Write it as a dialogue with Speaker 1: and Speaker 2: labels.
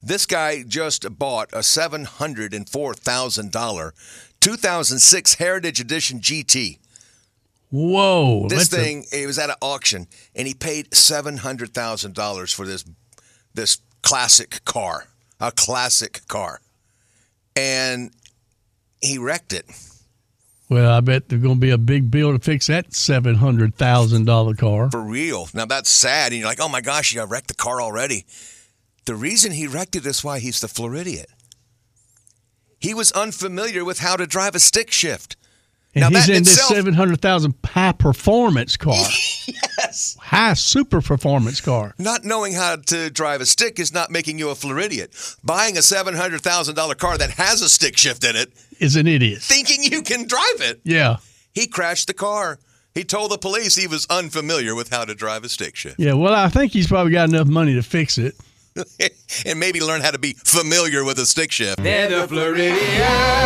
Speaker 1: This guy just bought a $704,000 2006 Heritage Edition GT.
Speaker 2: Whoa.
Speaker 1: This
Speaker 2: that's a-
Speaker 1: thing, it was at an auction, and he paid $700,000 for this this classic car, a classic car. And he wrecked it.
Speaker 2: well, I bet there's going to be a big bill to fix that $700,000 car.
Speaker 1: for real. Now that's sad, and you're like, oh my gosh, you wrecked the car already. The reason he wrecked it is why he's the Floridian. He was unfamiliar with how to drive a stick shift.
Speaker 2: And
Speaker 1: Now
Speaker 2: he's
Speaker 1: that
Speaker 2: in this
Speaker 1: itself-
Speaker 2: 700,000 high performance car. yes. High super performance car.
Speaker 1: Not knowing how to drive a stick is not making you a Floridian. Buying a $700,000 car that has a stick shift in it,
Speaker 2: Is an idiot.
Speaker 1: thinking you can drive it,
Speaker 2: Yeah.
Speaker 1: he crashed the car. He told the police he was unfamiliar with how to drive a stick shift
Speaker 2: Yeah. Well, I think he's probably got enough money to fix it.
Speaker 1: and maybe learn how to be familiar with a stick shift.
Speaker 3: They're the Floridian.